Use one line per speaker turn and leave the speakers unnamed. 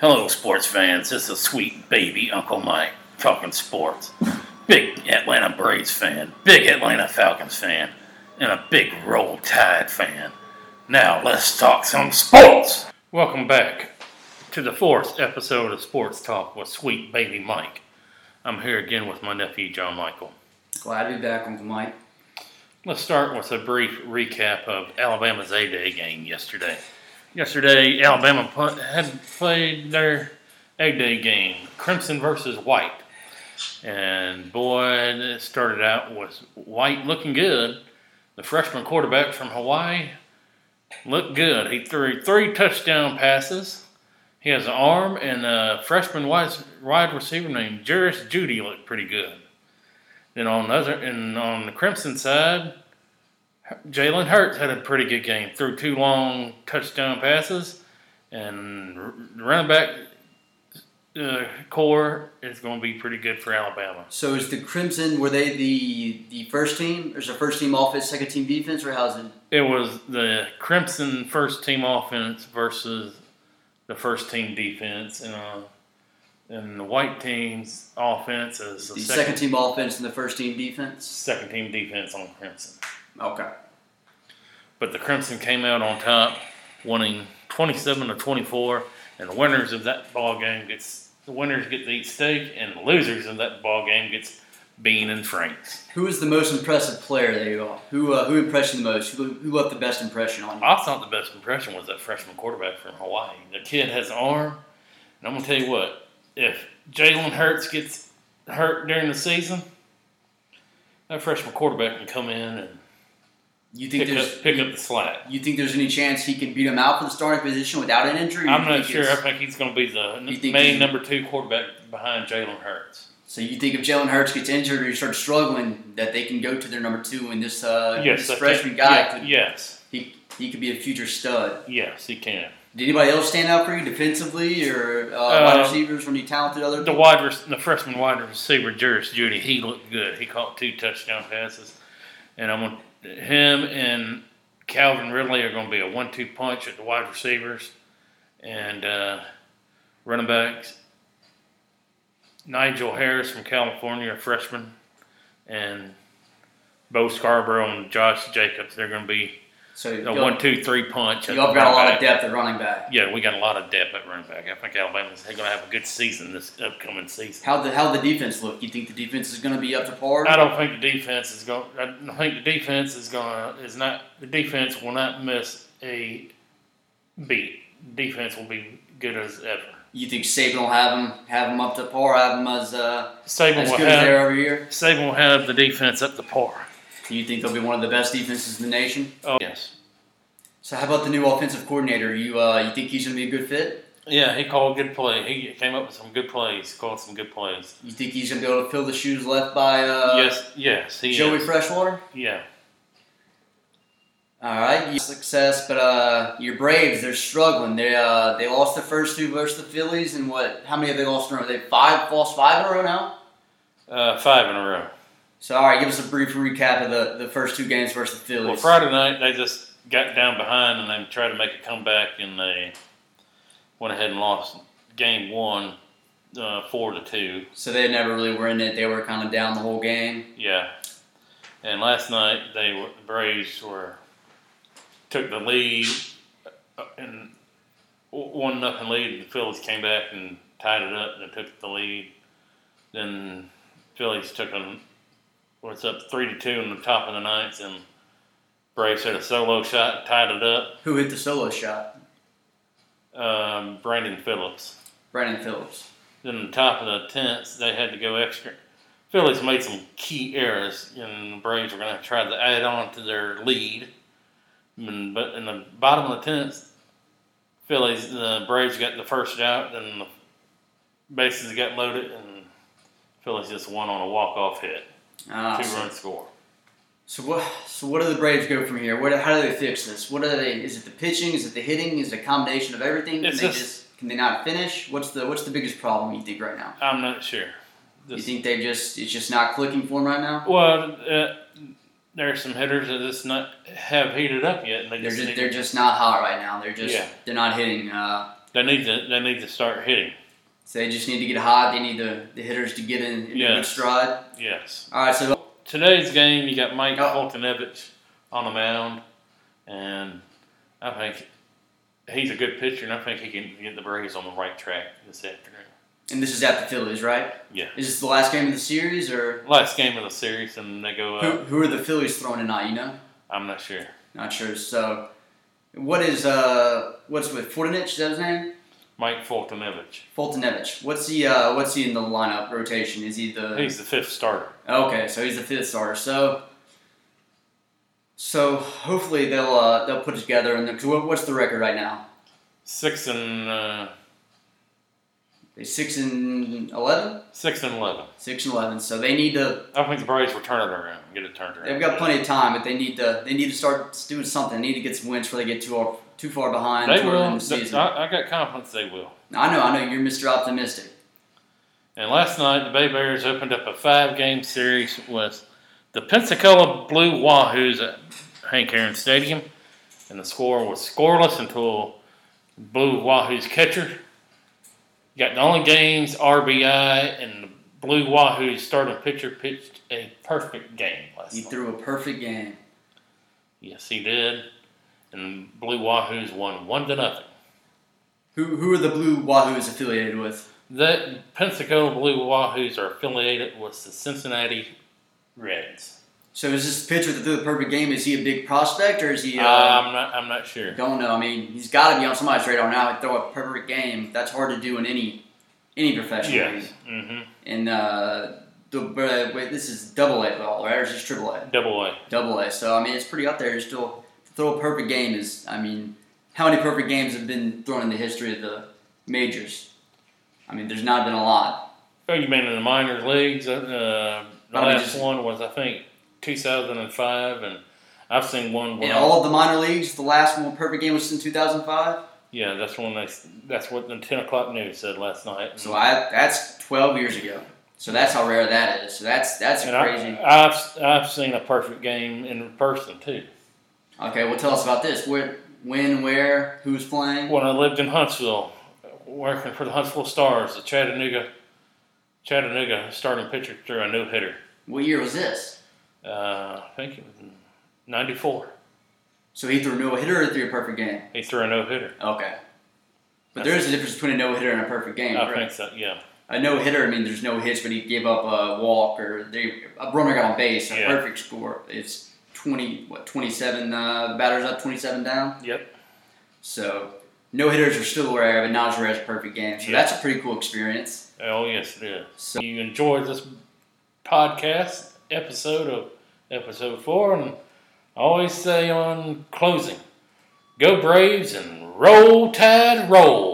Hello, sports fans. This is sweet baby Uncle Mike talking sports. Big Atlanta Braves fan, big Atlanta Falcons fan, and a big Roll Tide fan. Now let's talk some sports. Welcome back to the fourth episode of Sports Talk with Sweet Baby Mike. I'm here again with my nephew John Michael.
Glad to be back, Uncle Mike.
Let's start with a brief recap of Alabama's A Day game yesterday. Yesterday, Alabama pu- had played their A Day game, Crimson versus White. And boy, it started out with White looking good. The freshman quarterback from Hawaii looked good. He threw three touchdown passes. He has an arm, and a freshman wide wide receiver named Juris Judy looked pretty good. Then on the other and on the Crimson side, Jalen Hurts had a pretty good game. Threw two long touchdown passes, and r- running back uh, core is going to be pretty good for Alabama.
So is the Crimson, were they the the first team? Is the first team offense, second team defense, or how's it?
It was the Crimson first team offense versus the first team defense, and uh, and the white team's offense is the,
The
second,
second team offense and the first team defense?
second team defense on Crimson.
Okay.
But the Crimson came out on top, winning 27 to 24, and the winners of that ball game gets the winners get to eat steak, and the losers of that ball game gets bean and franks.
Who was the most impressive player that you got? Who uh, who impressed you the most? Who, who left the best impression on you?
I thought the best impression was that freshman quarterback from Hawaii. The kid has an arm, and I'm gonna tell you what: if Jalen Hurts gets hurt during the season, that freshman quarterback can come in and
You think
pick up,
there's
pick up the slack.
you think there's any chance he can beat him out for the starting position without an injury?
I'm
You
not
think
sure. I
it's-
think he's going to be the
You think
main
he-
number two quarterback behind Jalen Hurts.
So you think if Jalen Hurts gets injured or he starts struggling, that they can go to their number two and this uh,
Yes, I
this
think-
freshman guy
yeah,
could
yes,
he he could be a future stud.
yes, he can.
Did anybody else stand out for you defensively or uh, wide
Uh,
receivers? When you talented other
The wide, rec- the freshman wide receiver, Juris Judy, he looked good. He caught two touchdown passes, and I'm gonna, him and Calvin Ridley are going to be a one-two punch at the wide receivers and uh, running backs. Nigel Harris from California, a freshman, and Bo Scarborough and Josh Jacobs. They're going to be
so
a
y'all,
one-two-three punch. at
y'all
the
got a
running
lot
back.
of depth at running back.
Yeah, we got a lot of depth at running back. I think Alabama's going to have a good season this upcoming season.
How the how the defense look? You think the defense is going to be up to par?
I don't think the defense is going. I don't think the defense is going to is not the defense will not miss a beat. Defense will be good as ever.
You think Saban will have them have them up to par? Have them as uh,
Saban
as
will
good as
have
they're every year?
Saban will have the defense up to par.
Do you think they'll be one of the best defenses in the nation?
Oh yes,
So how about the new offensive coordinator? You uh, you think he's going to be a good fit?
yeah. He called good play. He came up with some good plays. Called some good plays.
You think he's going to be able to fill the shoes left by uh,
yes, yes. He
Joey
is.
Freshwater?
Yeah.
All right, you- success, but uh, your Braves—they're struggling. They uh, they lost the first two versus the Phillies, and what? How many have they lost in a row? They five lost five in a row now.
Uh, five in a row.
So, all right, give us a brief recap of the, the first two games versus the Phillies.
Well, Friday night they just got down behind and they tried to make a comeback and they went ahead and lost game one, uh, four to two.
so they never really were in it. They were kind of down the whole game.
Yeah. And last night they were, the Braves were took the lead uh, and one nothing lead. The Phillies came back and tied it up and took the lead. Then Phillies took them. What's up three to two in the top of the ninth and Braves had a solo shot, tied it up.
Who hit the solo shot?
um, Brandon Phillips.
Brandon Phillips.
Then in the top of the tenth, they had to go extra. Phillies made some key errors, and the Braves were going to try to add on to their lead. And, but in the bottom of the tenth, Phillies the Braves got the first out, and the bases got loaded, and Phillies just won on a walk-off hit,
Ah, so,
two-run score.
so what? So what do the Braves go from here? What? How do they fix this? What are they? Is it the pitching? Is it the hitting? Is it a combination of everything? Can
It's
they
just-
just can they not finish? What's the what's the biggest problem you think right now?
I'm not sure.
You
This-
think they just it's just not clicking for them right now?
well, uh, there are some hitters that just not have heated up yet, and they
They're
just,
just
need-
they're just not hot right now. They're just
Yeah.
they're not hitting. Uh,
They need to they need to start hitting.
So they just need to get hot. They need the, the hitters to get in, in a good
Yes.
stride.
Yes.
All right, so
Today's game, you got Mike
Oh.
Fultonevich on the mound, and I think he's a good pitcher, and I think he can get the Braves on the right track this afternoon.
and this is at the Phillies, right?
Yeah.
Is this the last game of the series, or
Last game of the series, and they go.
who,
Uh,
who are the Phillies throwing tonight? You know,
I'm not sure.
not sure. So what is uh what's with Fortinich? Is that his name?
Mike Fultonevich.
Fultonevich. What's he? Uh, what's he in the lineup rotation? Is he the?
He's the fifth starter.
Okay, so he's the fifth starter. So, so hopefully they'll uh, they'll put it together. And cause what, what's the record right now?
Six and uh,
They six and eleven.
six and eleven.
Six and eleven. So they need to.
I think the Braves will turn it around, get it turned around.
They've got plenty of time, but they need to. They need to start doing something. They need to get some wins before they get too far, too far behind.
They
toward the end
will.
of the season.
I, I got confidence they will.
I know. I know. You're Mr. Optimistic.
And last night, the Bay Bears opened up a five-game series with the Pensacola Blue Wahoos at Hank Aaron Stadium, and the score was scoreless until Blue Wahoos catcher got the only game's RBI, and the Blue Wahoos starting pitcher pitched a perfect game last
He
night.
threw a perfect game.
Yes, he did, and the Blue Wahoos won one to nothing.
Who who are the Blue Wahoos affiliated with?
The Pensacola Blue Wahoos are affiliated with the Cincinnati Reds.
So is this pitcher that threw the perfect game? Is he a big prospect or is he? Uh,
I'm not. I'm not sure.
Don't know. I mean, he's got to be on somebody's radar now. He'd Throw a perfect game. That's hard to do in any any professional league.
hmm
And uh, the, uh, wait, this is double A ball, right? Or is this triple A?
Double A.
Double A. So I mean, it's pretty up there. It's still to throw a perfect game is. I mean, how many perfect games have been thrown in the history of the majors? I mean, there's not been a lot.
Oh, you mean in the minor leagues? Uh, the
I mean,
last
just-
one was I think 2005, and I've seen one.
In
Where
all of the minor leagues, the last one perfect game was in 2005.
yeah, that's when they. That's what the 10 o'clock news said last night.
So I that's 12 years ago. So that's how rare that is. So that's that's
and
crazy.
I, I've I've seen a perfect game in person too.
Okay, well, tell us about this. Where, when, where, who's playing?
When I lived in Huntsville, working for the Huntsville Stars, the Chattanooga Chattanooga starting pitcher threw a no hitter.
What year was this?
Uh, I think it was '94.
So he threw a no hitter or threw a perfect game?
He threw a no hitter.
Okay. But there is a difference between a no hitter and a perfect game.
I
Right?
think so. Yeah.
A no hitter, I mean, there's no hits, but he gave up a walk or they, a runner got on base. A
Yeah.
perfect score. It's 20, what, 27, uh, the batter's up, 27 down.
Yep.
So no hitters are still rare, but not as rare as a perfect game. So
Yeah.
that's a pretty cool experience.
Oh yes, it is.
So-
So you enjoyed this podcast episode of episode four, and I always say on closing, go Braves and roll Tide, roll.